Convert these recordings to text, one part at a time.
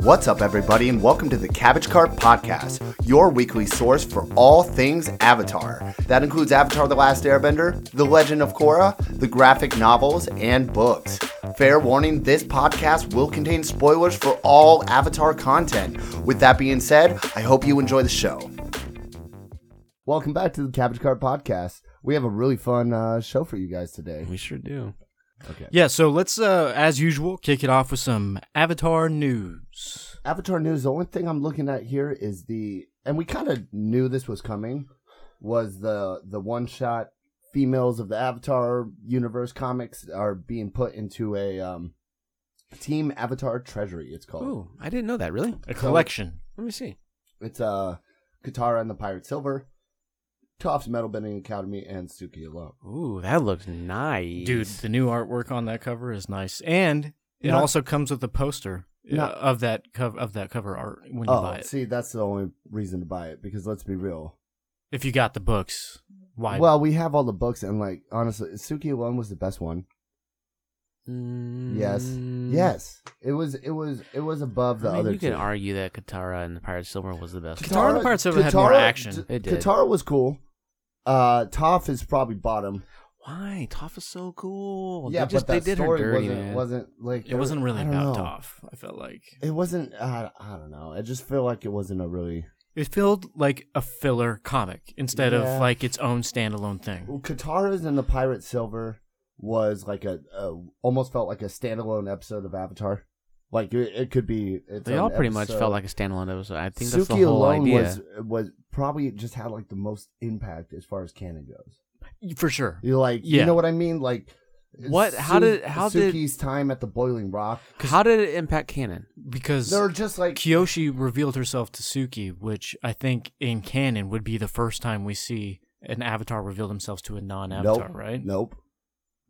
What's up, everybody, and welcome to the Cabbage Cart Podcast, your weekly source for all things Avatar. That includes Avatar The Last Airbender, The Legend of Korra, the graphic novels, and books. Fair warning this podcast will contain spoilers for all Avatar content. With that being said, I hope you enjoy the show. Welcome back to the Cabbage Cart Podcast. We have a really fun uh, show for you guys today. We sure do. Yeah, so let's, uh, as usual, kick it off with some Avatar news. Avatar news. The only thing I'm looking at here is the, and we kind of knew this was coming, was the the one shot females of the Avatar universe comics are being put into a um, team Avatar Treasury. It's called. Oh, I didn't know that. Really? A collection. Let me see. It's uh, Katara and the Pirate Silver, Topps Metalbending Academy, and Suki alone. Ooh, that looks nice, Dude, the new artwork on that cover is nice, and it Not- also comes with a poster uh, Not- of that cover of that cover art when you buy Oh, it. see, that's the only reason to buy it because let's be real. If you got the books, why? Well, we have all the books, and like honestly, Suki alone was the best one. Mm. Yes. Yes, it was. It was. It was above the I mean, other. you two. could argue that Katara and the Pirate Silver was the best. Katara and the Pirate Silver had more action. D- It did. Katara was cool. Uh, Toph is probably bottom. Why? Toph is so cool. yeah, they just, but that they did story her dirty, wasn't, man. wasn't like it wasn't really I don't about know. Toph. I felt like It wasn't. Uh, I don't know. I just feel like it wasn't a really. it felt like a filler comic instead Yeah. of like its own standalone thing. Well, Katara's and the Pirate Silver was like a, a almost felt like a standalone episode of Avatar. Like it, it could be. Its They own all pretty much episode. felt like a standalone episode. I think Suki that's the whole alone idea. was was probably just had like the most impact as far as canon goes. For sure. You like, you Yeah. know what I mean? Like, What? How did- how did- Suki's time at the Boiling Rock? How did it impact canon? Because They're just like, Kyoshi revealed herself to Suki, which I think in canon would be the first time we see an avatar reveal themselves to a non-avatar, nope, right? Nope,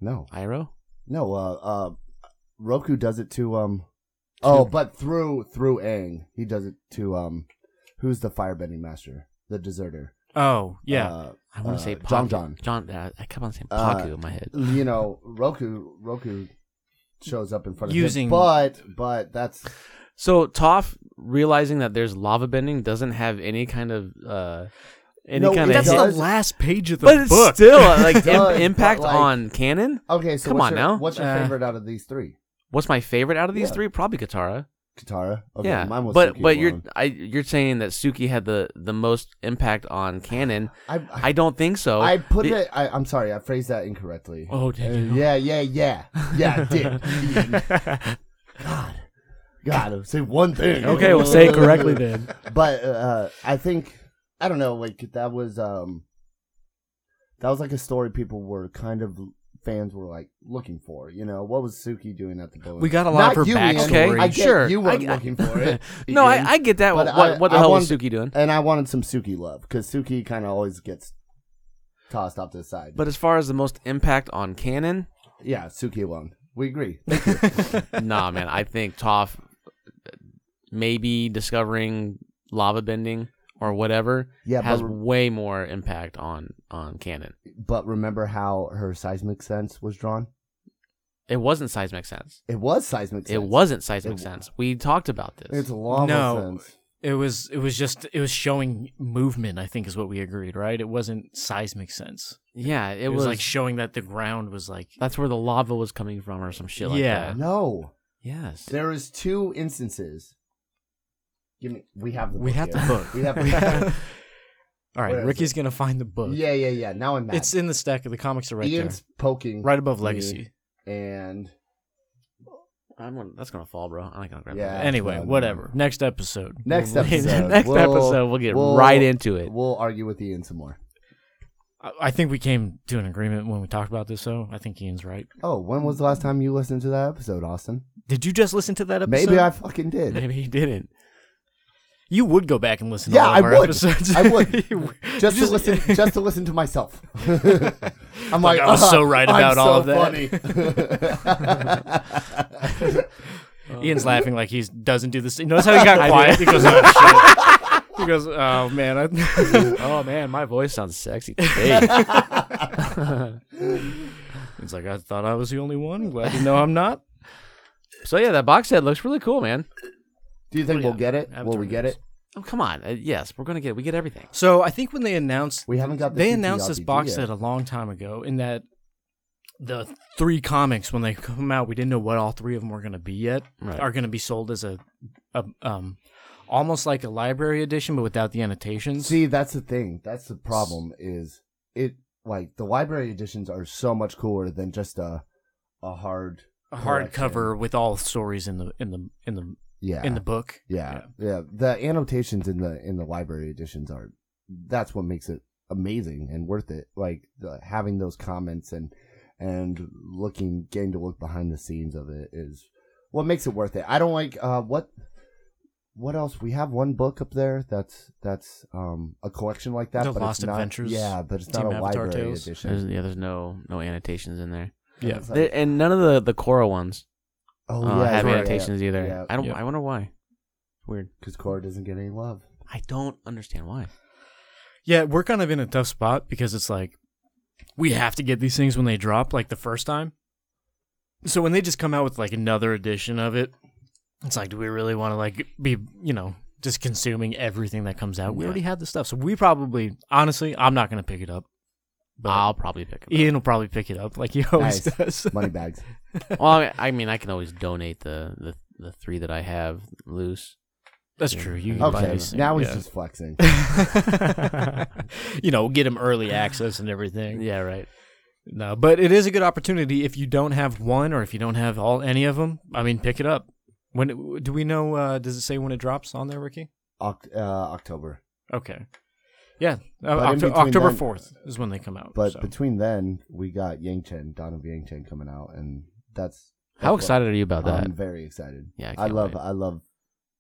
no, Iroh? no. Uh, uh, Roku does it to um. Oh, To- but through through Aang, he does it to um, who's the firebending master, the deserter. Oh, yeah. Uh, I want uh, to say Paku. John John. John. Uh, I kept on saying Uh, Paku in my head. You know, Roku Roku shows up in front of Using- him, but but that's So Toph realizing that there's lava bending doesn't have any kind of uh any No, kind it of That's hint. the does- last page of the but it's book. still like im- does, but, impact like- on canon. okay. So Come what's on your, now. what's your Uh, favorite out of these three? What's my favorite out of these Yeah. three? Probably Katara. Katara. Okay, yeah, mine was but Suki but you're alone. I you're saying that Suki had the the most impact on canon. I, I I don't think so. I put The- it. I, I'm sorry, I phrased that incorrectly. Oh, did Uh, you? yeah, yeah, yeah, yeah. I did. God, God, say one thing. Okay, well, say it correctly then. But uh, I think I don't know. Like that was um, that was like a story people were kind of fans were like looking for. You know, what was Suki doing at the bowling? We got a lot Not of her you, Ian. backstory. Okay, I get sure. you weren't I- I- looking for it. no, I, Ian, I get that. but What, I- what the I hell wanted- was Suki doing? and I wanted some Suki love because Suki kind of always gets tossed off to the side. But as far as the most impact on canon, yeah, Suki alone. We agree. nah, man. I think Toph maybe discovering lava bending or whatever Yeah, has but- way more impact on on canon. but remember how her seismic sense was drawn? It wasn't seismic sense. It was seismic sense. It wasn't seismic It- sense. We talked about this. It's lava No. sense. It was it was just it was showing movement, I think is what we agreed, right? It wasn't seismic sense. yeah, it, It, was, was, like showing that the ground was like that's where the lava was coming from or some shit like Yeah. that. No. Yes. There is two instances. Give me. We have the. we book have the here. book. We have the. book. All Where right, is Ricky's going to find the book. yeah, yeah, yeah. Now I'm mad. It's in the stack of the comics are right Ian's poking there. Right above me, Legacy. and I'm gonna, that's gonna fall, bro. I'm not gonna grab Yeah. that. Anyway, no, no. whatever. Next episode. next We'll- episode. Next we'll, episode, we'll get right into it. We'll argue with Ian some more. I I think we came to an agreement when we talked about this, though. I think Ian's right. Oh, when was the last time you listened to that episode, Austin? Did you just listen to that episode? Maybe I fucking did. Maybe he didn't. You would go back and listen. Yeah, to all I of our would. Episodes. I would. You would. just, Just- to listen just to listen to myself. I'm like, Like, I was "Ah, so right I'm about all so of that." Funny. Ian's laughing like he doesn't do this. You notice how he got quiet? He goes, oh, shit. He goes, oh, man. I... oh man, my voice sounds sexy. today. He's like, I thought I was the only one. Glad to know I'm not. So yeah, that box set looks really cool, man. Do you think Oh, we'll yeah. get it? Will Avatar we get news. it? Oh come on, uh, yes, we're gonna get it. We get everything. So I think when they announced We haven't got the they announced this TTRPG box yet. set a long time ago in that the three comics when they come out we didn't know what all three of them were going to be yet Right. are going to be sold as a, a um almost like a library edition but without the annotations See, that's the thing. That's the problem. Is it like the library editions are so much cooler than just a a hard a collection. hardcover with all the stories in the in the in the yeah in the book yeah, yeah the annotations in the in the library editions are that's what makes it amazing and worth it. Like the, having those comments and and looking getting to look behind the scenes of it is what makes it worth it. I don't like uh what what else? We have one book up there that's that's um a collection like that. The but Lost it's not, Adventures, Yeah, but it's not Team a Avatar library Tales. edition. There's, yeah, there's no no annotations in there, yeah It's like- There- and none of the the Korra ones oh, uh, yeah, have right, annotations yeah, either. Yeah, I don't. Yeah. I wonder why. Weird. because Cora doesn't get any love. I don't understand why. yeah we're kind of in a tough spot because it's like we have to get these things when they drop like the first time so when they just come out with like another edition of it it's like do we really want to like be you know just consuming everything that comes out we Yeah. already had the stuff so we probably honestly i'm not going to pick it up but I'll probably pick it. ian will probably pick it up like he always Nice. does Money bags. Up. well, I mean, I mean, I can always donate the the, the three that I have loose. that's Yeah. true you can buy Okay, these things. now he's Yeah. just flexing. you know get him early access and everything Yeah, right. No, but it is a good opportunity if you don't have one or if you don't have all any of them. I mean, pick it up. When do we know? Uh, does it say when it drops on there, Ricky? Oct- uh, October, Okay. Yeah, uh, But in Octo- between October then- fourth is when they come out. but so. between then we got Yang Chen, Dawn of Yang Chen coming out, and that's How that's what- excited are you about that? I'm very excited. Yeah, I Um, I, can't love, wait. I love,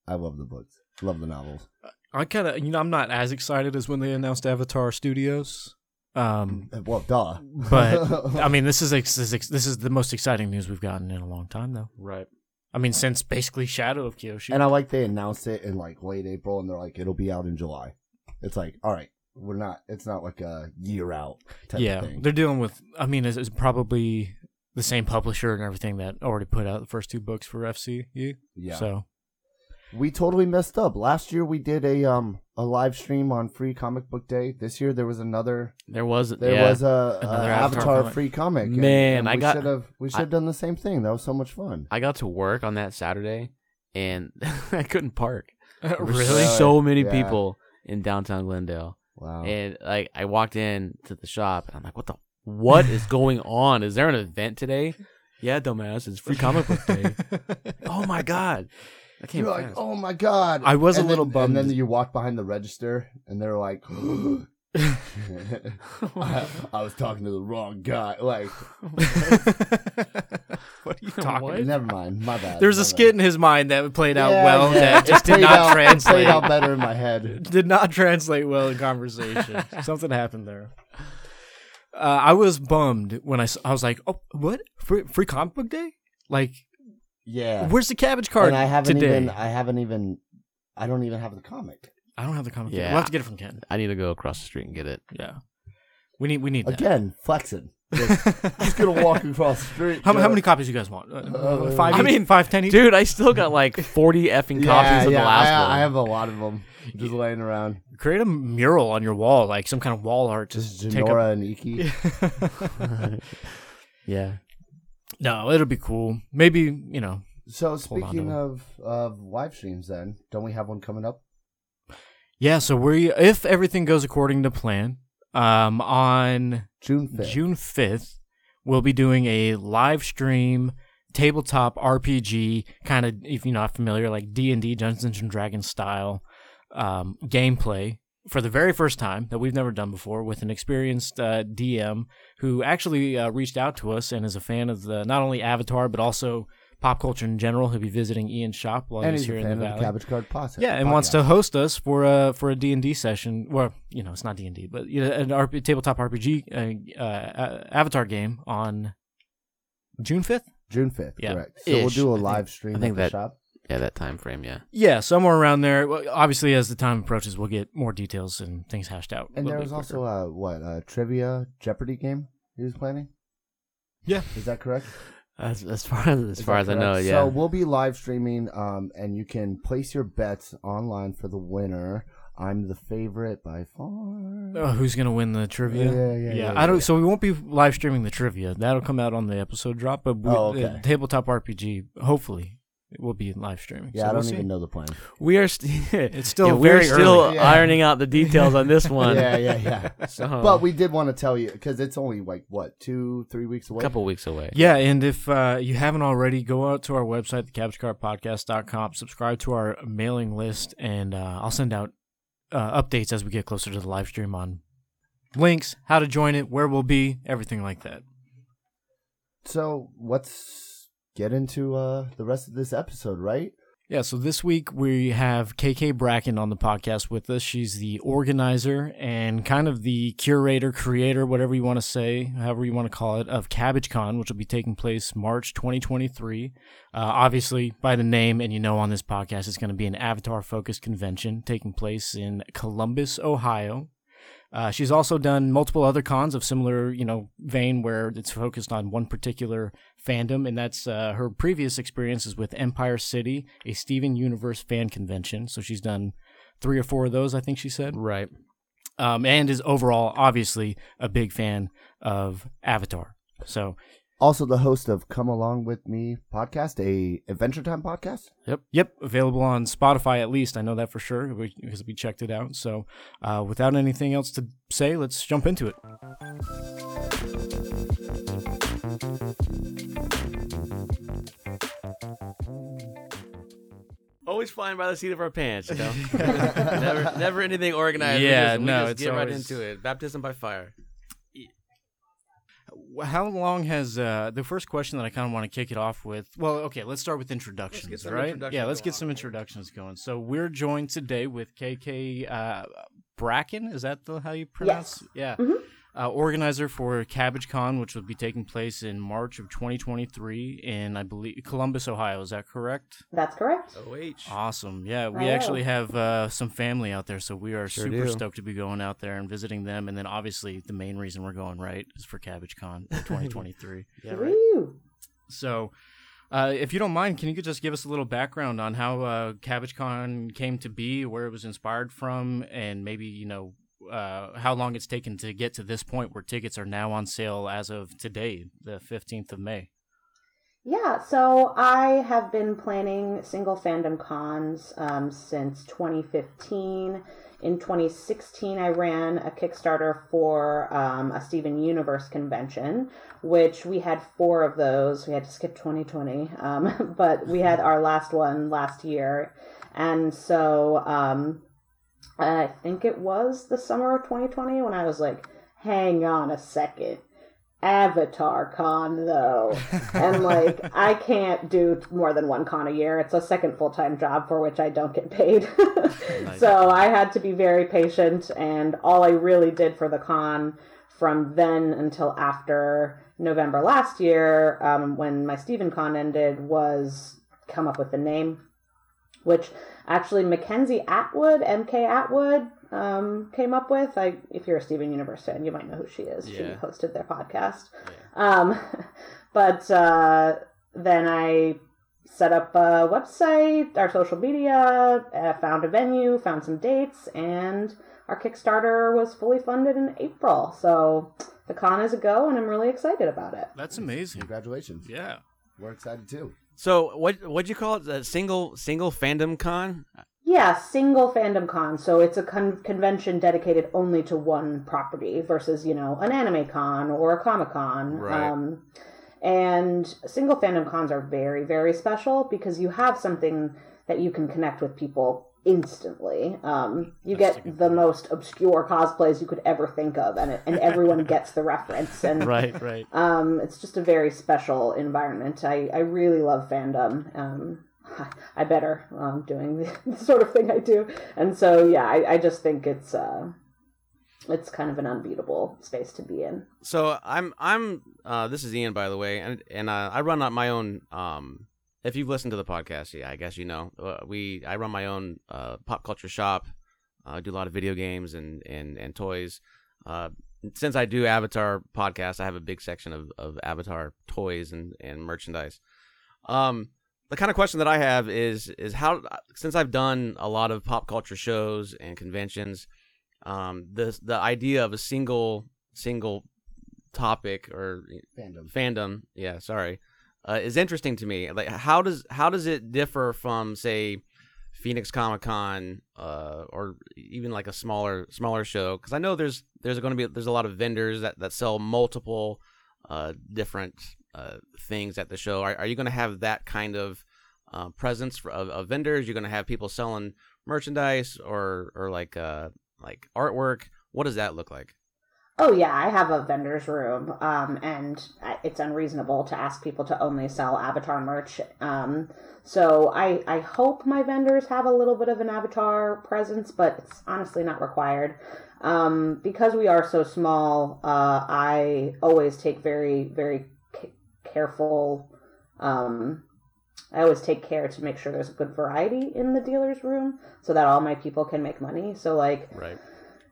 I love the books. Love the novels. I kind of, you know, I'm not as excited as when they announced Avatar Studios. Um, Uh, Well, duh. but I mean, this is ex- this is ex- this is the most exciting news we've gotten in a long time, though. right. I mean, since basically Shadow of Kyoshi. and I like they announced it in like late April, and they're like, it'll be out in July. It's like, all right, we're not. It's not like a year out type yeah, of thing. they're dealing with. I mean, it's, it's probably the same publisher and everything that already put out the first two books for FCU. Yeah. So We totally messed up. Last year we did a um a live stream on Free Comic Book Day. This year there was another There was there yeah. was a, a Another Avatar, Avatar comic. free comic. Man, I we got- should have we should have done the same thing. That was so much fun. I got to work on that Saturday, and I couldn't park. There were Really? so many Yeah. Oh. people in downtown Glendale. Wow. And like I walked in to the shop and I'm like, what the what is going on? Is there an event today? Yeah, dumbass, it's free comic book day. oh my god. I can't You're like, oh my god! I was a And then- little bummed. And then you walk behind the register, and they're like, I, I was talking to the wrong guy. Like, what are you talking What? never mind, my bad. There's my a skit in his mind that played bad. out Yeah, well yeah, that it just did played not out- It translate. played out better in my head. did not translate well in conversation. Something happened there. Uh, I was bummed when I, s- I was like, oh, what free, free comic book day? Like, Yeah. where's the cabbage card and I haven't today? even. I haven't even. I don't even have the comic. I don't have the comic. Yeah. Yeah. We'll have to get it from Ken. I need to go across the street and get it. Yeah. We need we need that. Again, flexing. Just, just gonna walk across the street. How, how go- many copies you guys want? Uh, Uh, five. I each? mean, five, ten each. Dude, I still got like forty effing copies of the last I, one. I have a lot of them just laying around. Create a mural on your wall, like some kind of wall art. Just Just take Janora a, and Iki. yeah. no, it'll be cool. Maybe you know. So on to speaking it. of of live streams, then don't we have one coming up? Yeah. So we, if everything goes according to plan, um, on June fifth. June fifth, we'll be doing a live stream tabletop RPG kind of if you're not familiar like d&d dungeons and dragons style um, gameplay for the very first time that we've never done before with an experienced uh, dm who actually uh, reached out to us and is a fan of the not only avatar but also pop culture in general he'll be visiting ian's shop while and he's he's a here fan in the of the valley Cabbage Card Posse. yeah, and wants to host us for a for a D and D session. Well, you know, it's not D and D, but you know, an RP, tabletop RPG uh, uh, uh, Avatar game on June fifth. June fifth. Yeah. Correct. So we'll Ish. do I a think- live stream I think at the that- shop. Yeah, that time frame, yeah. Yeah, somewhere around there. Well, obviously, as the time approaches, we'll get more details and things hashed out. a And little there bit was also quicker. a what a trivia Jeopardy game he was planning. yeah, Is that correct? As, as far as as Is far that as I know, correct? yeah. So we'll be live streaming, um, and you can place your bets online for the winner. I'm the favorite by far. Oh, who's gonna win the trivia? Yeah, yeah, yeah, yeah, I don't. yeah. So we won't be live streaming the trivia. That'll come out on the episode drop. But we, Oh, okay. uh, tabletop RPG, hopefully, it will be live streaming. yeah, So I we'll don't see. even know the plan. We are st- It's still we're very still early. Yeah. ironing out the details on this one. yeah, yeah, yeah. So, but we did want to tell you because it's only like what two, three weeks a away. couple weeks away. Yeah, and if uh, you haven't already, go out to our website, thecabscarpodcast.com, subscribe to our mailing list, and uh, I'll send out uh, updates as we get closer to the live stream on links, how to join it, where we'll be, everything like that. So let's get into uh, the rest of this episode, right? Yeah, so this week we have KK Bracken on the podcast with us. She's the organizer and kind of the curator, creator, whatever you want to say, however you want to call it, of CabbageCon, which will be taking place March 2023. Uh, obviously, by the name, and you know on this podcast, it's going to be an avatar focused convention taking place in Columbus, Ohio. Uh, she's also done multiple other cons of similar, you know, vein where it's focused on one particular fandom, and that's uh, her previous experiences with Empire City, a Steven Universe fan convention. So she's done three or four of those, I think she said, Right. um, and is overall obviously a big fan of Avatar. So Also, the host of Come Along with Me podcast, a Adventure Time podcast. Yep, available on Spotify at least. I know that for sure we- because we checked it out. So, uh, without anything else to say, let's jump into it. Always flying by the seat of our pants, you know. never, never anything organized. We Yeah, just- we no, just it's get right always- into it. Baptism by fire. How long has uh, the first question that I kind of want to kick it off with? Well, okay, let's start with introductions, Let's get some right? introductions yeah, let's get going. some introductions going. So we're joined today with KK uh, Bracken. Is that the, how you pronounce? Yeah. Mm-hmm. Mhm. Uh, organizer for Cabbage Con, which will be taking place in March of 2023 in, I believe, Columbus, Ohio. Is that correct? That's correct. Oh, H. Awesome. Yeah, we Hello. actually have uh, some family out there, so we are Sure super do. stoked to be going out there and visiting them. And then obviously the main reason we're going right is for Cabbage Con 2023. Yeah, right. Woo! so, uh, if you don't mind, can you just give us a little background on how uh, Cabbage Con came to be, where it was inspired from, and maybe you know uh, how long it's taken to get to this point where tickets are now on sale as of today, the 15th of May. Yeah, so I have been planning single fandom cons um, since 2015. In 2016, I ran a Kickstarter for um, a Steven Universe convention, which we had four of those. We had to skip 2020, um, but we had our last one last year. And so um, I think it was the summer of 2020 when I was like, hang on a second. Avatar Con, though. and like I can't do more than one con a year. It's a second full time job for which I don't get paid. So I had to be very patient, and all I really did for the con from then until after November last year, um, when my Steven con ended, was come up with the name, which actually Mackenzie Atwood, MK Atwood. Um, came up with. I, if you're a Steven Universe fan, you might know who she is. She Yeah. hosted their podcast. Um, but uh, then I set up a website, our social media, uh, found a venue, found some dates, and our Kickstarter was fully funded in April. So the con is a go, and I'm really excited about it. That's amazing. Congratulations. Yeah. We're excited too. So what what'd you call it? A single single fandom con? Yeah, single fandom con. So it's a con- convention dedicated only to one property versus, you know, an anime con or a comic con. Right. Um, and single fandom cons are very, very special because you have something that you can connect with people instantly. Um, you That's a get good the point. most obscure cosplays you could ever think of, and, it, and everyone gets the reference. And Right. Right. um, it's just a very special environment. I, I really love fandom. Um, I better um, doing the sort of thing I do, and so yeah, I, I just think it's uh, it's kind of an unbeatable space to be in. So I'm I'm uh this is Ian by the way and and uh, I run out my own um if you've listened to the podcast yeah I guess you know uh, we I run my own uh pop culture shop uh, I do a lot of video games and and and toys uh since I do Avatar podcast, I have a big section of, of Avatar toys and, and merchandise. Um, the kind of question that I have is is how since I've done a lot of pop culture shows and conventions, um, the the idea of a single single topic or eh, Fandom. fandom, yeah, sorry, uh, is interesting to me. Like how does how does it differ from say Phoenix Comic Con uh, or even like a smaller smaller show? Because I know there's there's going to be there's a lot of vendors that that sell multiple uh, different uh, things at the show. Are, are you going to have that kind of uh, presence for, of, of vendors? You're going to have people selling merchandise or or like uh, like artwork. What does that look like? Oh yeah, I have a vendor's room, um, and I- it's unreasonable to ask people to only sell Avatar merch. Um, so I I hope my vendors have a little bit of an Avatar presence, but it's honestly not required. Um, because we are so small, uh, I always take very very c- careful. Um, I always take care to make sure there's good variety in the dealer's room, so that all my people can make money. So like Right.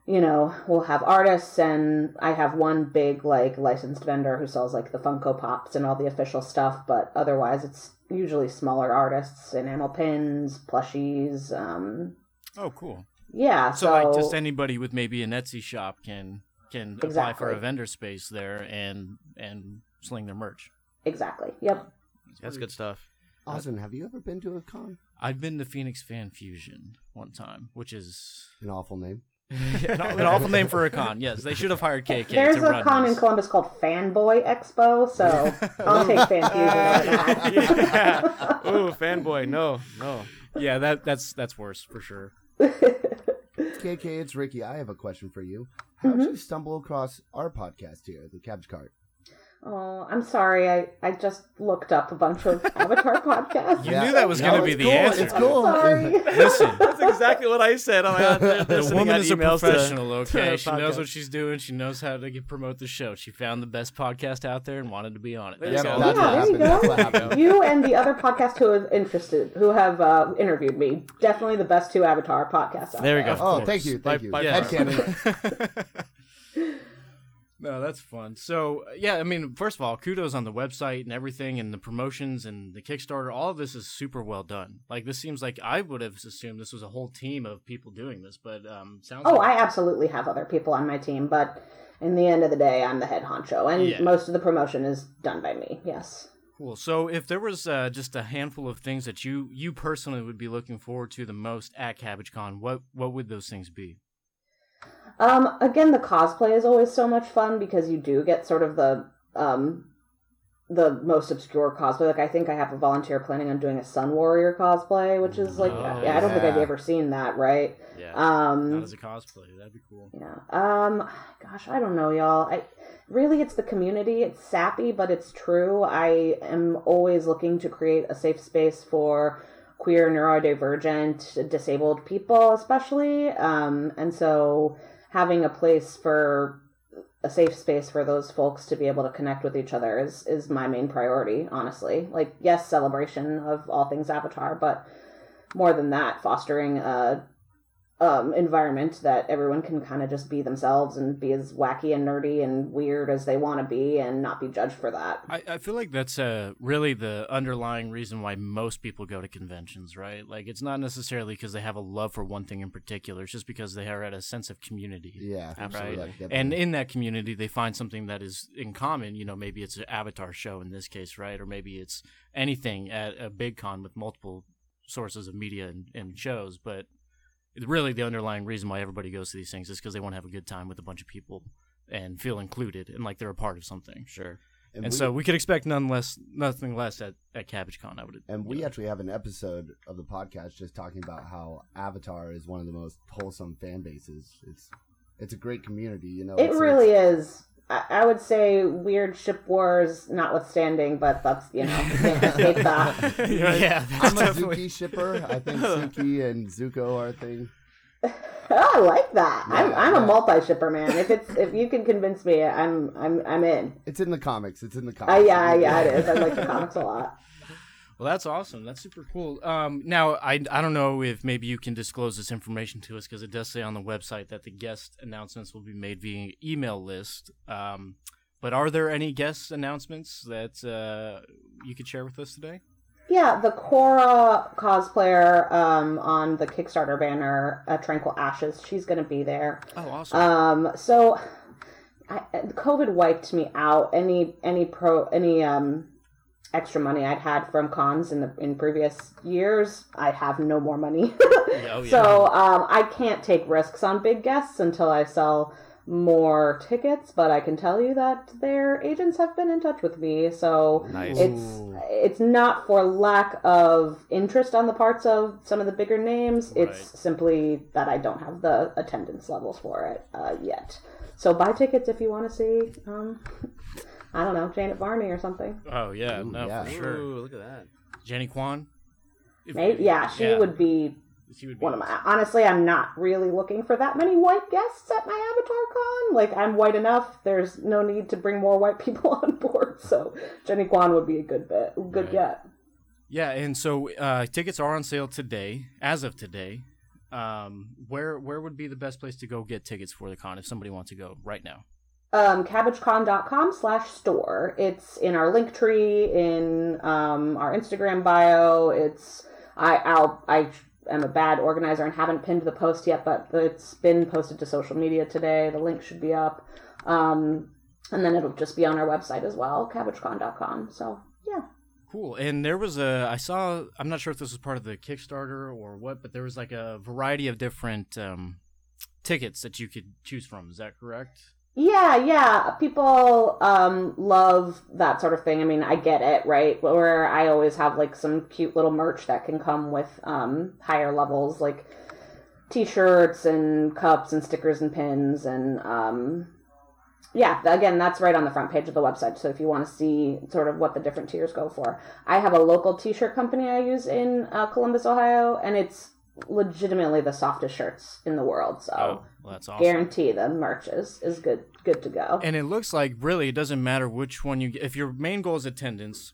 you know, we'll have artists, and I have one big like licensed vendor who sells like the Funko Pops and all the official stuff, but otherwise it's usually smaller artists, enamel pins, plushies, um, Oh, cool. yeah. So, So, like, just anybody with maybe an Etsy shop can can apply for a Exactly. vendor space there and and sling their merch. exactly, yep. That's good stuff. Austin, have you ever been to a con? I've been to Phoenix Fan Fusion one time, which is An awful name. an, an awful name for a con. Yes, they should have hired KK. There's to a run con this. in Columbus called Fanboy Expo, so I'll take Fan Fusion over that. Ooh, fanboy. No, no. Yeah, that that's that's worse for sure. KK, it's Ricky. I have a question for you. How did you stumble across our podcast here, the Cabbage Cart? Oh, I'm sorry. I, I just looked up a bunch of Avatar podcasts. You knew that was No, going to it's be the cool, answer. It's cool. Sorry. Listen, That's exactly what I said. I'm like, they're- they're the sending woman out is a emails to- professional. to okay, the she knows podcast. what she's doing. She knows how to get, promote the show. She found the best podcast out there and wanted to be on it. There That's you all go. Yeah, That's that what there happened. you That's what go. happened. You and the other podcast who have interested, who have uh, interviewed me, definitely the best two Avatar podcasts. Out There we go. Oh, thank you, thank By- you. by Yeah. far. Headcanon. no, that's fun. So, yeah, I mean, first of all, kudos on the website and everything and the promotions and the Kickstarter. All of this is super well done. Like, this seems like I would have assumed this was a whole team of people doing this, but um, sounds Oh, like I absolutely have other people on my team, but in the end of the day, I'm the head honcho, and Yeah. most of the promotion is done by me. Yes. Cool. So, if there was uh, just a handful of things that you you personally would be looking forward to the most at CabbageCon, what what would those things be? Um, again, the cosplay is always so much fun because you do get sort of the um, the most obscure cosplay. Like I think I have a volunteer planning on doing a Sun Warrior cosplay, which is like Oh, yeah, I don't think I've yeah. ever seen that, right? Yeah, Um, not as a cosplay. That'd be cool. Yeah. Um. Gosh, I don't know, y'all. I really, it's the community. It's sappy, but it's true. I am always looking to create a safe space for queer, neurodivergent, disabled people, especially. Um. And so, having a place for a safe space for those folks to be able to connect with each other is is my main priority. Honestly, like yes, celebration of all things Avatar, but more than that, fostering a um, environment that everyone can kind of just be themselves and be as wacky and nerdy and weird as they want to be and not be judged for that. I, I feel like that's uh, really the underlying reason why most people go to conventions, right? Like, it's not necessarily because they have a love for one thing in particular. It's just because they are at a sense of community. Yeah, Absolutely. Like, that- And in that community, they find something that is in common. You know, maybe it's an avatar show in this case, right? Or maybe it's anything at a big con with multiple sources of media and, and shows. But really, the underlying reason why everybody goes to these things is because they want to have a good time with a bunch of people and feel included and like they're a part of something. Sure. And, so we could expect none less, nothing less at, at Cabbage Con. I would. And you we know. actually have an episode of the podcast just talking about how Avatar is one of the most wholesome fan bases. It's it's a great community, you know. It it's- really is. I, I would say weird ship wars notwithstanding, but that's, you know, can't escape that. yeah, that's I'm a definitely- Zuki shipper. I think Suki and Zuko are a thing. Oh, I like that. I'm, Yeah, I'm yeah. a multi-shipper man. If it's if you can convince me, I'm I'm I'm in. It's in the comics. It's in the Uh, comics. yeah, yeah, it is. I like the comics a lot. Well, that's awesome. That's super cool. Um, now, I, I don't know if maybe you can disclose this information to us because it does say on the website that the guest announcements will be made via email list. Um, but are there any guest announcements that uh, you could share with us today? Yeah, the Cora cosplayer um, on the Kickstarter banner, uh, Tranquil Ashes, she's going to be there. Oh, awesome. Um, so, I, COVID wiped me out. Any any pro any um extra money I'd had from cons in the in previous years, I have no more money. oh, yeah. So um, I can't take risks on big guests until I sell more tickets. But I can tell you that their agents have been in touch with me, so Nice. it's it's not for lack of interest on the parts of some of the bigger names. Right. It's simply that I don't have the attendance levels for it uh, yet. So buy tickets if you want to see, um, I don't know, Janet Varney or something. oh yeah, Ooh, no, yeah. for sure. Ooh, look at that. Jenny Kwan. If- Maybe, yeah, she would be She would be one of my. Honestly, I'm not really looking for that many white guests at my Avatar Con. Like I'm white enough. There's no need to bring more white people on board. So Jenny Kwan would be a good bet, good Right. get. Yeah, and so uh, tickets are on sale today, as of today. Um, where where would be the best place to go get tickets for the con if somebody wants to go right now? um, cabbagecon.com slash store. It's in our link tree, in um, our Instagram bio. It's I I'll, I am a bad organizer and haven't pinned the post yet, but it's been posted to social media today. The link should be up, um, and then it'll just be on our website as well, cabbagecon.com. So yeah, Cool. And there was a I saw I'm not sure if this was part of the Kickstarter or what, but there was like a variety of different um, tickets that you could choose from. Is that correct? Yeah, yeah. People um, love that sort of thing. I mean, I get it, right? Where I always have like some cute little merch that can come with um, higher levels, like t-shirts and cups and stickers and pins and um, yeah. th- Again, that's right on the front page of the website. So if you want to see sort of what the different tiers go for, I have a local t-shirt company I use in uh, Columbus, Ohio, and it's legitimately the softest shirts in the world. So well, that's awesome. guarantee the merch is, is good good to go. And it looks like really it doesn't matter which one you get. If your main goal is attendance,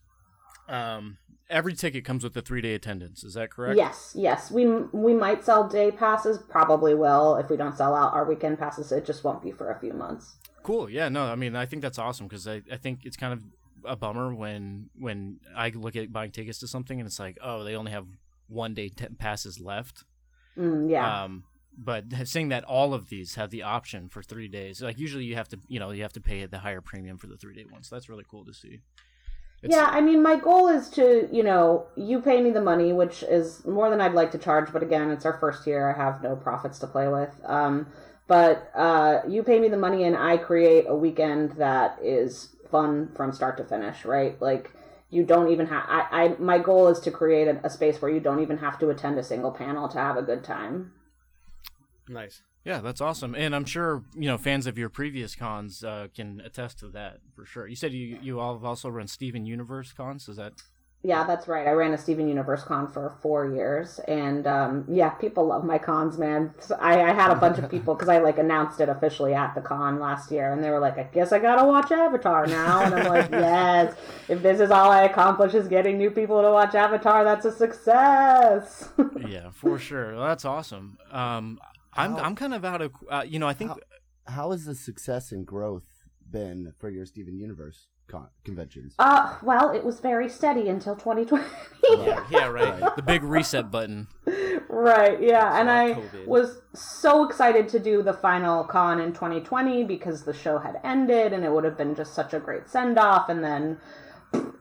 um, every ticket comes with a three day attendance. Is that correct? yes, yes, we we might sell day passes, probably will if we don't sell out our weekend passes. It just won't be for a few months. Cool. Yeah. No. I mean, I think that's awesome because I, I think it's kind of a bummer when when I look at buying tickets to something and it's like, oh, they only have one day t- passes left. Mm, yeah, Um, but seeing that all of these have the option for three days, like usually you have to, you know, you have to pay the higher premium for the three day ones. that's really cool to see. It's- yeah. I mean, my goal is to you know you pay me the money, which is more than I'd like to charge. But again, it's our first year. I have no profits to play with. Um, but uh, you pay me the money, and I create a weekend that is fun from start to finish. Right, like. you don't even have I, I my goal is to create a, a space where you don't even have to attend a single panel to have a good time Nice. Yeah, that's awesome, and I'm sure you know fans of your previous cons uh, can attest to that for sure. You said you you all have also run Steven Universe cons. Is that yeah that's right i ran a steven universe con for four years and um, yeah people love my cons man So i, I had a bunch of people because i like announced it officially at the con last year and they were like i guess i gotta watch avatar now and i'm like yes if this is all i accomplish is getting new people to watch avatar that's a success yeah for sure? Well, that's awesome. Um, I'm How- I'm kind of out of uh, you know I think How- How has the success and growth been for your Steven Universe con- conventions? uh, well it was very steady until 2020 Yeah, right. the big reset button. right yeah It's and all i COVID. was so excited to do the final con in 2020 because the show had ended and it would have been just such a great send off and then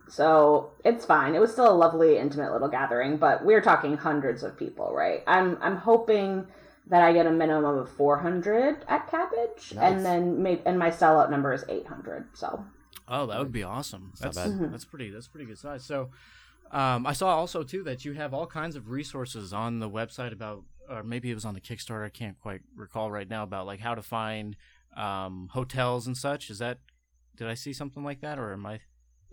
so it's fine it was still a lovely intimate little gathering but we're talking hundreds of people right i'm i'm hoping that i get a minimum of 400 at cabbage Nice. and then maybe and my sellout number is 800 so Oh, that would be awesome. not That's Mhm. bad. that's pretty that's pretty good size. So, um, I saw also too that you have all kinds of resources on the website about, or maybe it was on the Kickstarter. I can't quite recall right now about like how to find um, hotels and such. Is that did I see something like that, or am I?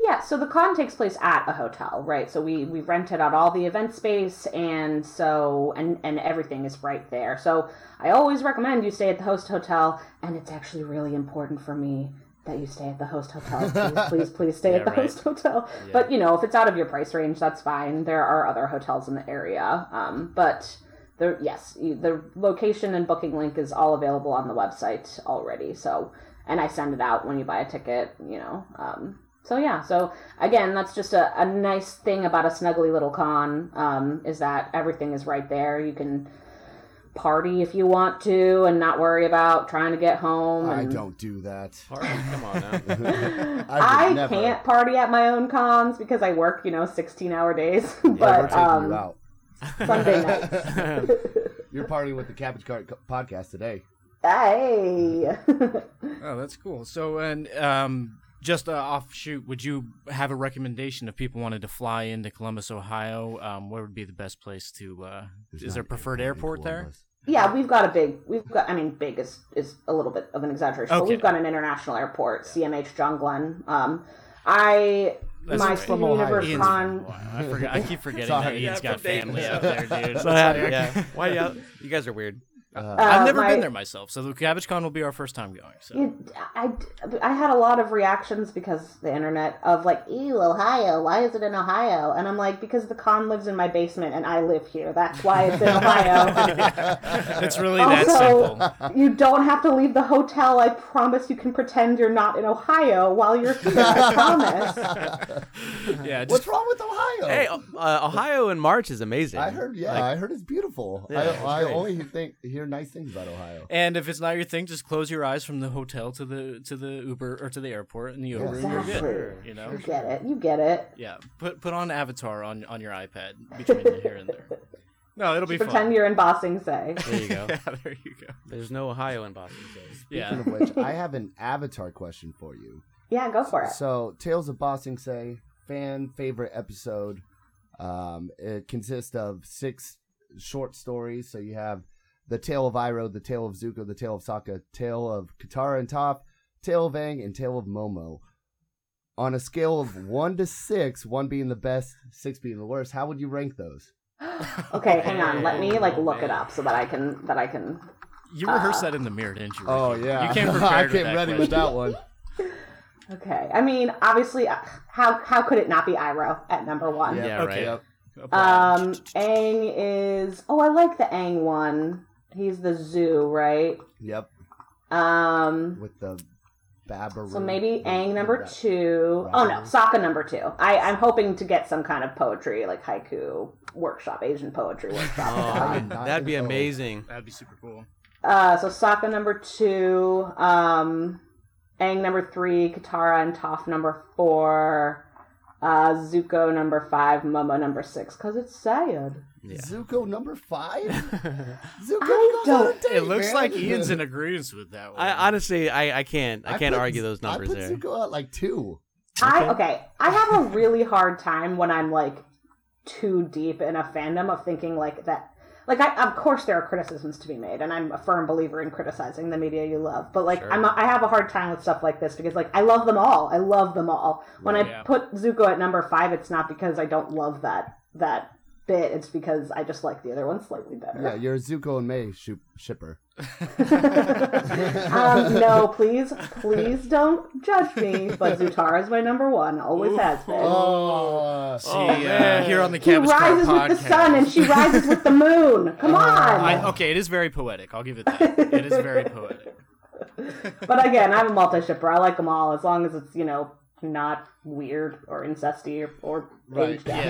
Yeah, so the con takes place at a hotel, right? So we we rented out all the event space and so and and everything is right there. So I always recommend you stay at the host hotel and it's actually really important for me that you stay at the host hotel. Please, please, please stay Yeah, at the right. host hotel. But you know, if it's out of your price range, that's fine. There are other hotels in the area. Um, but the yes, you- the location and booking link is all available on the website already. So, and I send it out when you buy a ticket. You know, um, so yeah. So again, that's just a, a nice thing about a snuggly little con um, is that everything is right there. You can party if you want to and not worry about trying to get home. I and- don't do that. Party, come on now. I I, would never. can't party at my own cons because I work, you know, 16 hour days. but Yeah, we're taking um, you out. Sunday night. You're partying with the Cabbage Cart co- podcast today. Hey. Oh, that's cool. So, and um, just uh, offshoot, would you have a recommendation if people wanted to fly into Columbus, Ohio? Um, where would be the best place to? Uh, is there a preferred airport there? yeah, we've got a big, we've got, I mean, big is, is a little bit of an exaggeration, but Okay. we've got an international airport, CMH John Glen. Um, I, That's my right. Steven Ohio. Universe Ian's- con. Wow, Oh, I, forgot, I keep forgetting that Sorry. Ian's Yeah, got from Dayton. family out there, dude. So how- yeah. Why you, out- you guys are weird. uh, I've never my- been there myself, so the Cabbage Con will be our first time going. So, You, I, I had a lot of reactions because the internet of like, ew, Ohio, why is it in Ohio? And I'm like, because the con lives in my basement and I live here. That's why it's in Ohio. it's really that also, simple. you don't have to leave the hotel. I promise you can pretend you're not in Ohio while you're here. I promise. Yeah, just What's wrong with Ohio? Hey, uh, Ohio in March is amazing. I heard. Yeah, I heard it's beautiful. Yeah, it's I, I great. only think hear nice things about Ohio. And if it's not your thing, just close your eyes from the hotel to the to the Uber or to the airport and the Uber. and You're good. Exactly. You know. You get it. You get it. Yeah. Put put on Avatar on on your iPad between here and there. No, it'll be Pretend fun. you're in Bossing Say. There you go. Yeah, there you go. There's no Ohio in Boston. so- Yeah. Speaking of which, I have an Avatar question for you. Yeah, go for it. So, Tales of Bossing Say, fan favorite episode. Um, it consists of six short stories. So you have the Tale of Iroh, the Tale of Zuko, the Tale of Sokka, Tale of Katara and Toph, Tale of Aang, and Tale of Momo. On a scale of one to six, one being the best, six being the worst, how would you rank those? Okay, hang on. Let me like look it up so that I can that I can You Ah. rehearsed that in the mirror, didn't you? Ricky? Oh yeah, You came prepared I with came that ready question. with that one. Okay. I mean, obviously, uh, how how could it not be Iroh at number one? Yeah. right. Um, Aang is. Oh, I like the Aang one. He's the zoo, right? Yep, Um, with the Babaru. so maybe the- Aang the number Ba- two. Oh no, Sokka number two. I I'm hoping to get some kind of poetry, like haiku workshop, Asian poetry workshop. Oh, Not that'd be in Ohio. amazing. That'd be super cool. Uh, so Sokka number two, um, Aang number three, Katara and Toph number four, uh, Zuko number five, Momo number six, because it's sad. Yeah. Zuko number five. Zuko I goes on a don't- date, It looks man. like Ian's in agreement with that one. I honestly, I, I can't, I can't put- argue those numbers I put there. Zuko at like two. I okay. I have a really hard time when I'm like too deep in a fandom of thinking like that. Like, I, of course, there are criticisms to be made, and I'm a firm believer in criticizing the media you love. But like, Sure. I'm a, I have a hard time with stuff like this because like I love them all. I love them all. When I Yeah. put Zuko at number five, it's not because I don't love that that bit. It's because I just like the other one slightly Yeah, better. you're a Zuko and May ship- shipper. um, no, please, please don't judge me. But Zutara is my number one. Always has been. Oh, See, uh, here on the She Cabbage Cart rises with the podcast. Oh, sun and she rises with the moon. Come on. I, okay, it is very poetic. I'll give it that. It is very poetic. but again, I'm a multi shipper. I like them all as long as it's, you know, not weird or incesty or, or Right, age yeah.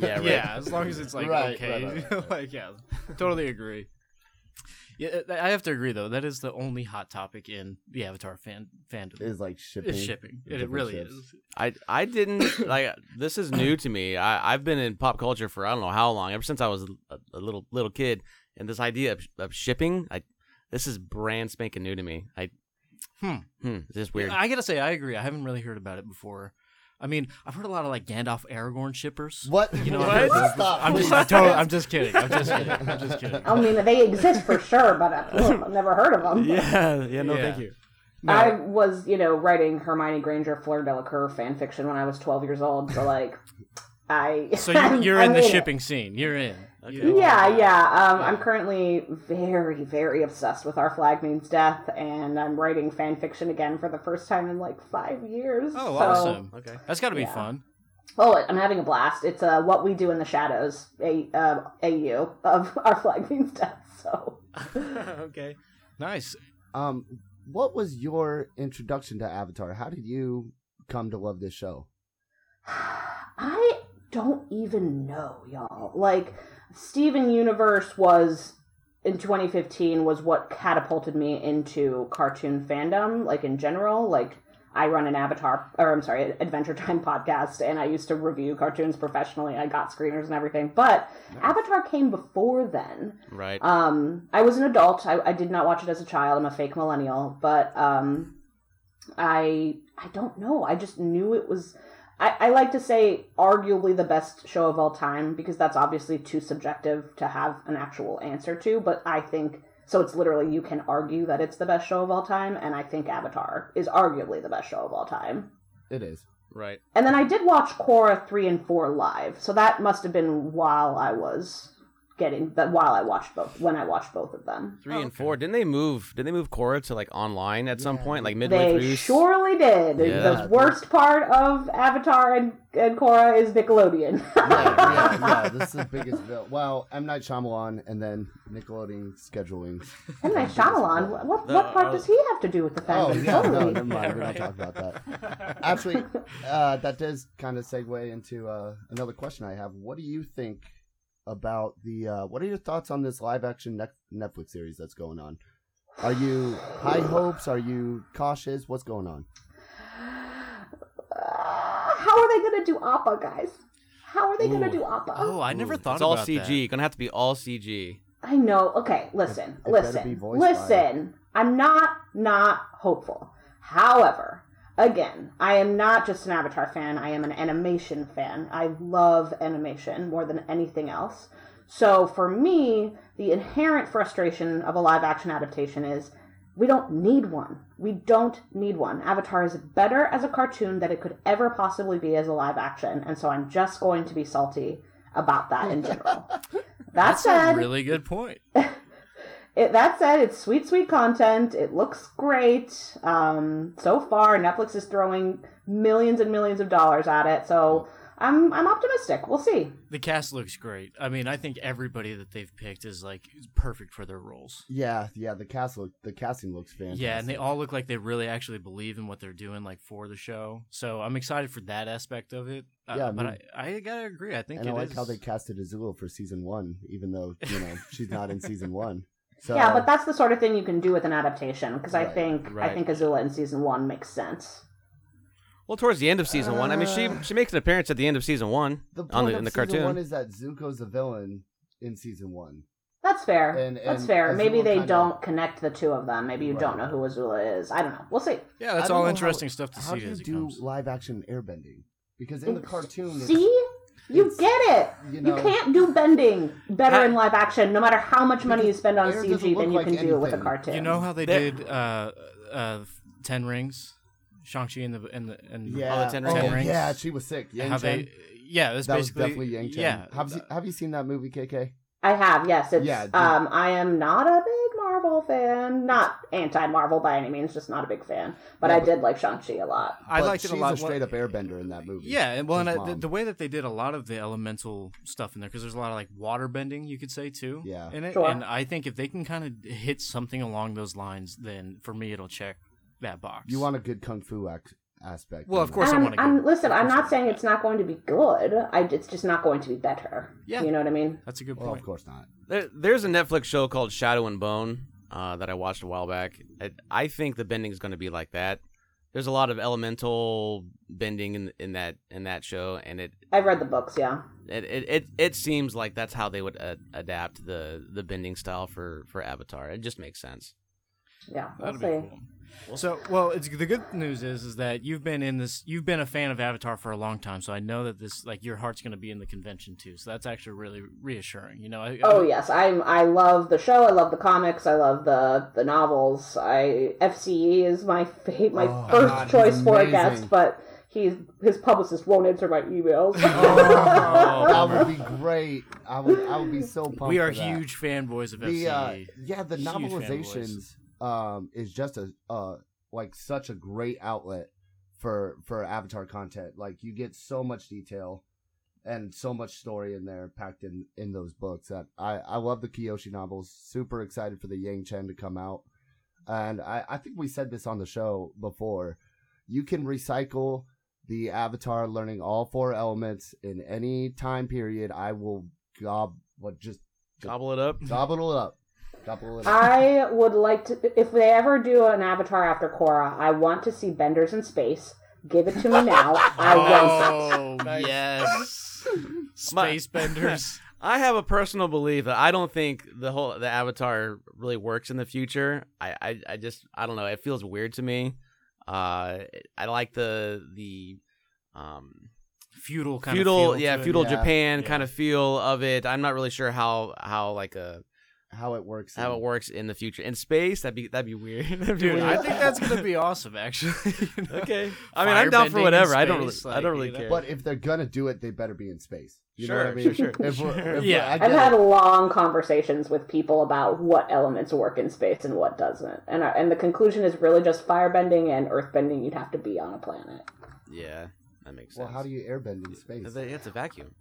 Yeah, right. yeah, as long as it's like Right, okay, right, right, right. like yeah, totally agree. Yeah, I I have to agree though. That is the only hot topic in the Avatar fan fandom. is like shipping. Is shipping. It, it Different really ships. is. I, I didn't like. This is new to me. I, I've been in pop culture for I don't know how long. Ever since I was a, a little little kid, and this idea of, of shipping, I, this is brand spanking new to me. I, Hmm. hmm, this is weird. I gotta say, I agree. I haven't really heard about it before. I mean, I've heard a lot of like Gandalf Aragorn shippers. What? You know, What? I've heard- Stop, I'm just, please. I'm totally, I'm just kidding. I'm just kidding. I'm just kidding. I mean, they exist for sure, but I, ugh, I've never heard of them. yeah, yeah, no, Yeah. thank you. No. I was, you know, writing Hermione Granger, Fleur Delacour fan fiction when I was 12 years old. So, like, I. so you, you're I'm in the it. shipping scene. You're in. Okay. Yeah, yeah. Um, I'm currently very, very obsessed with Our Flag Means Death, and I'm writing fan fiction again for the first time in like five years. Oh, so- awesome. Okay. That's got to be Yeah. fun. Oh, I'm having a blast. It's uh, What We Do in the Shadows, a, uh, AU, of Our Flag Means Death. So, okay. Nice. Um, what was your introduction to Avatar? How did you come to love this show? I don't even know, y'all. Like, Steven Universe was in 2015 was what catapulted me into cartoon fandom, like in general. Like, I run an Avatar, or I'm sorry, Adventure Time podcast, and I used to review cartoons professionally. I got screeners and everything, but Avatar came before then. Right. Um, I was an adult. I, I did not watch it as a child. I'm a fake millennial, but um, I I don't know. I just knew it was. I, I like to say arguably the best show of all time because that's obviously too subjective to have an actual answer to. But I think so. It's literally you can argue that it's the best show of all time, and I think Avatar is arguably the best show of all time. It is. right. And then I did watch Korra three and four live, so that must have been while I was getting that while I watched both when I watched both of them. Three oh, and four. Didn't they move? Didn't they move Korra to like online at some Yeah. point, like midway They through? surely did. Yeah. The worst part of Avatar and, and Korra is Nickelodeon. yeah, yeah, yeah, this is the biggest. vil- Well, M Night Shyamalan, and then Nickelodeon scheduling. and then Shyamalan, what what, No, what I part was- does he have to do with the fact Oh that yeah, no, totally? never mind. We're not talking about that. Actually, uh, that does kind of segue into uh, another question I have. What do you think about the? Uh, what are your thoughts on this live action Net- Netflix series that's going on? Are you high hopes? Are you cautious? What's going on? Ah, how are they going to do Appa, guys? How are they going to Ooh. do Appa? Oh, I never Ooh, thought it's all about CG. Gonna have to be all CG. I know. Okay, listen, It- it better be listen, voiced by- listen. I'm not not hopeful. However, again, I am not just an Avatar fan. I am an animation fan. I love animation more than anything else. So for me, the inherent frustration of a live action adaptation is we don't need one. We don't need one. Avatar is better as a cartoon than it could ever possibly be as a live action, and so I'm just going to be salty about that in general. That That's a said, really good point. it, that said, it's sweet, sweet content. It looks great. Um, so far, Netflix is throwing millions and millions of dollars at it. So I'm I'm optimistic. We'll see. The cast looks great. I mean, I think everybody that they've picked is like perfect for their roles. Yeah, yeah. The cast look, the casting looks fantastic. Yeah, and they all look like they really actually believe in what they're doing, like for the show. So I'm excited for that aspect of it. Uh, Yeah, I but mean- I, I gotta agree. I think And I it like is- how they casted Azula for season one, even though you know she's not in season one. So yeah, but that's the sort of thing you can do with an adaptation because I Right, think right. I think Azula in season one makes sense. Well, towards the end of season one. I mean, she Uh. she makes an appearance at the end of season one the point on the of in the season cartoon. one is that Zuko's the villain in season one. That's fair. And- that's and fair. Maybe Azula they kinda- don't connect the two of them. Maybe you don't know Right. who Azula is. I don't know. We'll see. Yeah, I don't that's know all how- interesting stuff to How see do you as it do comes. live action airbending? Because in the cartoon, it's- see, you it's- get it. you You, know- can't do bending better How- in live action, no matter how much money you Because spend on air doesn't CG, look than you like can do it with a anything. cartoon. You know how they They're- did uh, uh, Ten Rings, Shang Chi and the and the and yeah, Oh, the Ten oh, Rings. Rings. yeah, she was sick. Yang how Chen? they yeah that's that was definitely basically Yang Chen. yeah uh, have you, have you seen that movie, KK? I have, yes. It's Yeah, dude. um I am not a big Marvel fan. Not anti Marvel by any means, just not a big fan. But Yeah, I but- did like Shang-Chi a lot. I But liked it she's a lot. a straight Well, up airbender in that movie. Yeah, and well, and His I, the, mom. the way that they did a lot of the elemental stuff in there, because there's a lot of like water bending, you could say too. Yeah. in it, Sure. and I think if they can kind of hit something along those lines, then for me it'll check that box. You want a good kung fu ac- aspect. Well, in of that. course I And wanna I'm, I'm go- listen, of I'm course I not saying wanna- it's not going to be good. I it's just not going to be better. Yeah. You know what I mean? That's a good Well, of point. course not. There, there's a Netflix show called Shadow and Bone uh, that I watched a while back. I, I think the bending is going to be like that. There's a lot of elemental bending in in that in that show, and it I've read the books, yeah. it it it, it seems like that's how they would uh, adapt the the bending style for for Avatar. It just makes sense. Yeah. We'll That'd see. be cool. So, well, it's the good news is is that you've been in this, you've been a fan of Avatar for a long time. So I know that this, like, your heart's going to be in the convention too. So that's actually really reassuring. You know, I, Oh yes, I'm. I love the show. I love the comics. I love the the novels. I FCE is my fa- my Oh, first God, choice for a amazing. guest, but he's his publicist won't answer my emails. Oh, that would be great. I would. I would be so pumped. we are for that. huge fanboys of E. The uh, FCE. yeah, the Huge novelizations um, is just a uh, like such a great outlet for for Avatar content. Like you get so much detail and so much story in there packed in in those books. That I I love the Kiyoshi novels. Super excited for the Yang Chen to come out. And I I think we said this on the show before. You can recycle the Avatar learning all four elements in any time period. I will gob what just Gobble it up. Gobble it up. Gobble it up. I would like to, if they ever do an Avatar after Korra, I want to see Benders in space. Give it to me now. I want it. oh yes, My- space benders. I have a personal belief that I don't think the whole the Avatar really works in the future. I I, I just I don't know. It feels weird to me. Uh, I like the the um feudal kind of feudal feel yeah to it. feudal yeah. Japan Yeah. kind of feel of it. I'm not really sure how how like uh How it works. how it works in the future in space. That'd be that'd be weird. That'd be Dude, weird. I think that's gonna be awesome. Actually, you know? okay. I mean, I'm down for Firebending in whatever. I don't really, space, I don't like, really you know? care. But if they're gonna do it, they better be in space. You know what I Sure, mean? sure, sure, If we're- sure. if we're- Yeah. I I've get had it. long conversations with people about what elements work in space and what doesn't, and I, and the conclusion is really just firebending and earthbending. You'd have to be on a planet. yeah, that makes Well, sense. how do you airbend in space? They- It's a vacuum.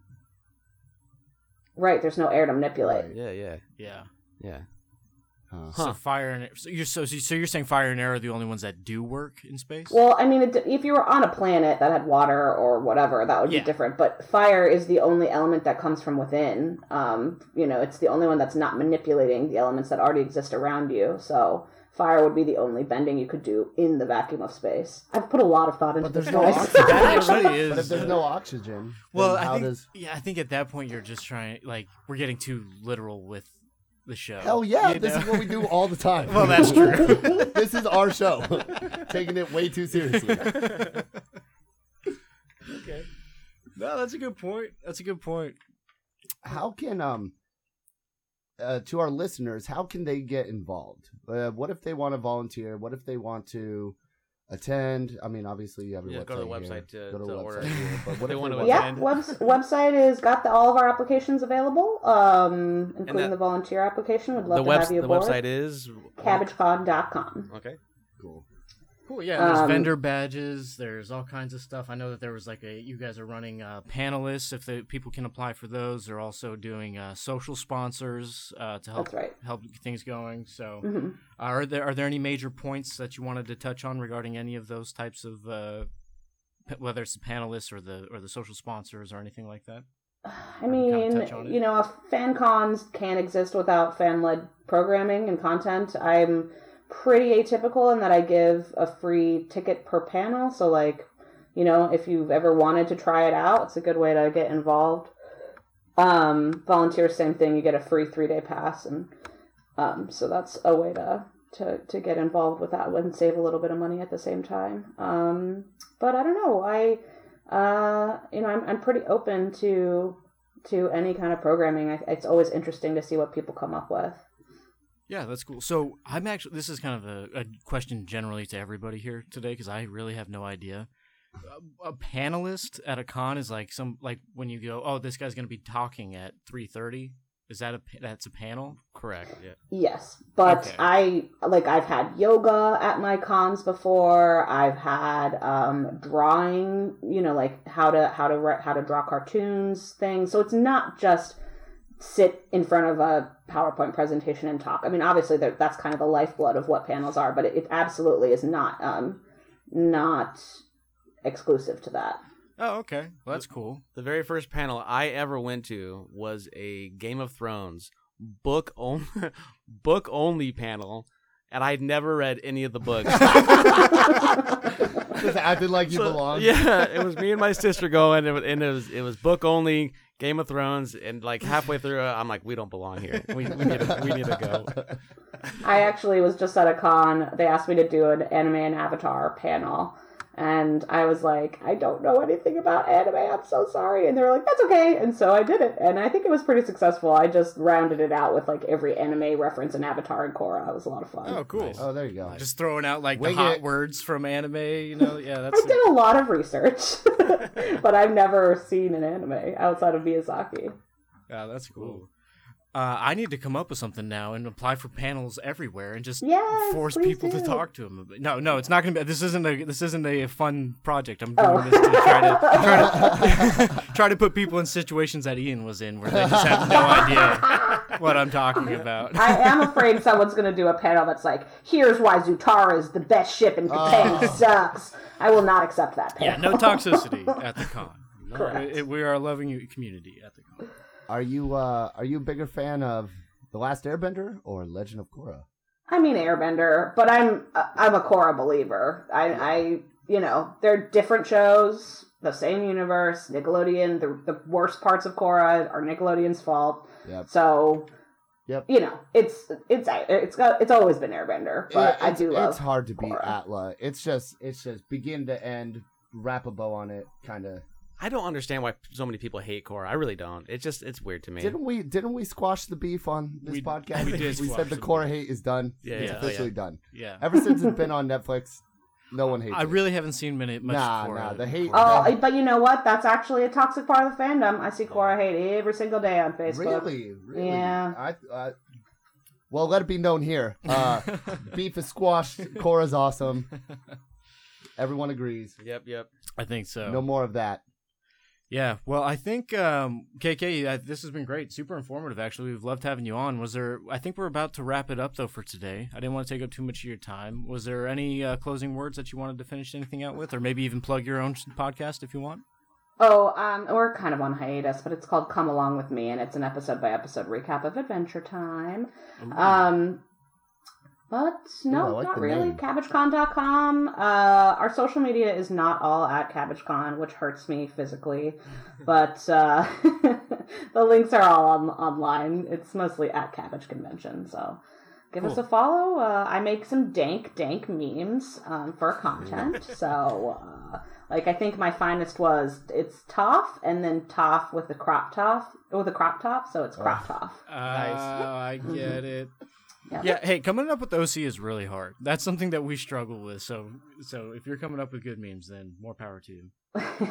Right? There's no air to manipulate. Right. Yeah, yeah, yeah. yeah. Huh. So fire and so you're so so you're saying fire and air are the only ones that do work in space? Well, I mean, it, if you were on a planet that had water or whatever, that would Yeah. be different. But fire is the only element that comes from within. Um, you know, it's the only one that's not manipulating the elements that already exist around you. So fire would be the only bending you could do in the vacuum of space. I've put a lot of thought into But there's this, no guys. oxygen. That actually But if is- there's no oxygen, then Well, I how think does? yeah, I think at that point you're just trying like we're getting too literal with the show. Hell yeah! you This know? is what we do all the time. Well, that's true. this is our show, taking it way too seriously. okay. No, that's a good point. That's a good point. how can um uh, to our listeners how can they get involved uh, what if they want to volunteer what if they want to attend i mean obviously you have your Yeah, website go to the here. website to- go to, to the website order. here, but If what they if want to they want yeah, attend. web- website has got the, all of our applications available, um, including that- the volunteer application. Would love the to web have you the aboard. website is CabbagePod.com. Okay. cool Cool. Yeah. There's Um, vendor badges. There's all kinds of stuff. I know that there was like a you guys are running uh, panelists. If the people can apply for those, they're also doing uh, social sponsors uh, to help That's right. help get things going. So uh, hmm are there are there any major points that you wanted to touch on regarding any of those types of uh, p- whether it's the panelists or the or the social sponsors or anything like that? I We can kinda mean, touch on it. you know, if fan cons can't exist without fan led programming and content. I'm pretty atypical in that I give a free ticket per panel. So, like, you know, if you've ever wanted to try it out, it's a good way to get involved. Um, volunteers, same thing. You get a free three day pass, and um, so that's a way to, to to get involved with that and save a little bit of money at the same time. Um, but I don't know. I uh, you know, I'm I'm pretty open to to any kind of programming. I, it's always interesting to see what people come up with. Yeah, that's cool. So I'm actually this is kind of a, a question generally to everybody here today because I really have no idea. A, a panelist at a con is like some like when you go, oh, this guy's going to be talking at 3:30. Is that a pa- that's a panel? Correct. Yeah. Yes, but Okay. I like I've had yoga at my cons before. I've had um, drawing, you know, like how to how to write, how to draw cartoons things. So it's not just sit in front of a PowerPoint presentation and talk. I mean, obviously there- that's kind of the lifeblood of what panels are, but it, it absolutely is not um, not exclusive to that. Oh, okay. Well, that's cool. The very first panel I ever went to was a Game of Thrones book only book only panel, and I'd never read any of the books. just acting like you So- belong Yeah, it was me and my sister going, and it, was, and it was it was book only Game of Thrones, and like halfway through, I'm like, we don't belong here. We, we need to, we need to go. I actually was just at a con. They asked me to do an anime and avatar panel. And I was like, I don't know anything about anime. I'm so sorry. And they were like, that's okay. And so I did it. And I think it was pretty successful. I just rounded it out with like every anime reference in Avatar and Korra. It was a lot of fun. Oh, cool. Nice. Oh, there you go. Just throwing out like Wing the hot it. words from anime, you know? Yeah, that's I did a lot of research, but I've never seen an anime outside of Miyazaki. yeah, Ah, that's cool. Uh, I need to come up with something now and apply for panels everywhere and just Yes, force please people to do. talk to him. No, no, it's not gonna be. This isn't a this isn't a fun project. I'm doing Oh. this to try to try to, try to put people in situations that Ian was in where they just have no idea what I'm talking about. I am afraid someone's going to do a panel that's like, here's why Zutara is the best ship and Japan sucks. I will not accept that yeah, panel. no toxicity at the con. No, Correct. it- we are a loving you- community at the con. Are you uh, are you a bigger fan of The Last Airbender or Legend of Korra? I mean Airbender, but I'm I'm a Korra believer. I, I you know they're different shows, the same universe. Nickelodeon, the the worst parts of Korra are Nickelodeon's fault. Yep. So, Yep. you know it's it's it's got it's always been Airbender, but It- I it's- do love It's hard to beat Korra. Atla. It's just it's just begin to end, wrap a bow on it, kind of. I don't understand why so many people hate Korra. I really don't. It's just it's weird to me. Didn't we didn't we squash the beef on this We- podcast? we did We squash said the the Korra hate is done. Yeah, it's yeah, oh, officially done. Yeah. Ever since it's been on Netflix, no one hates I it. really haven't seen many, much Nah, for nah, it. the hate- for Oh, Yeah. but you know what? That's actually a toxic part of the fandom. I see Cora hate every single day on Facebook. Really, really. Yeah. I, I, well, let it be known here. Uh, beef is squashed. Korra's awesome. Everyone agrees. Yep, yep. I think so. No more of that. Yeah. Well, I think um, KK, uh, this has been great. Super informative, actually. We've loved having you on. Was there? I think we're about to wrap it up though for today. I didn't want to take up too much of your time. Was there any uh, closing words that you wanted to finish anything out with, or maybe even plug your own s- podcast if you want? Oh, um, we're kind of on hiatus, but it's called Come Along With Me, and it's an episode by episode recap of Adventure Time. Um, but no, Ooh, I like not the really. name. CabbageCon.com. Uh, our social media is not all at CabbageCon, which hurts me physically, but uh, the links are all on, online. It's mostly at Cabbage Convention, so give us a follow. Uh, I make some dank, dank memes um, for content, so. Uh, like I think my finest was it's toff and then toff with the crop top with a crop top, so it's crop toff. Uh, I get it. Yeah. Yeah. Hey, coming up with OC is really hard. That's something that we struggle with. So, so if you're coming up with good memes, then more power to you.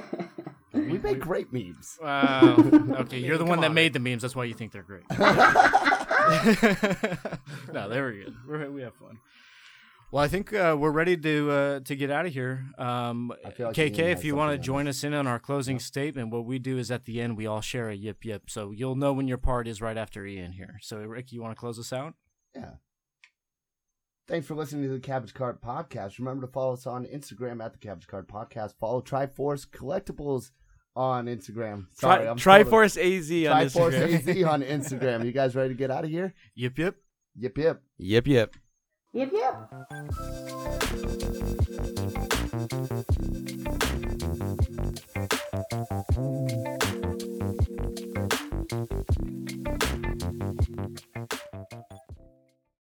We make great memes. Wow. Uh, Okay, you're the one that made the memes. That's why you think they're great. no, they were good. We're, we have fun. Well, I think uh, we're ready to uh, to get out of here. Um, I feel like KK, Ian if has you want something to on join us in on our closing statement, what we do is at the end we all share a yip yip. So you'll know when your part is right after Ian here. So Rick, you want to close us out? Thanks for listening to the Cabbage Cart Podcast. Remember to follow us on Instagram at the Cabbage Cart Podcast. Follow Triforce Collectibles on Instagram. Sorry, I'm Try, totally- Triforce AZ on Triforce Instagram. AZ on Instagram. You guys ready to get out of here? Yip yip. Yip yip. Yep, yep. Yep, yep.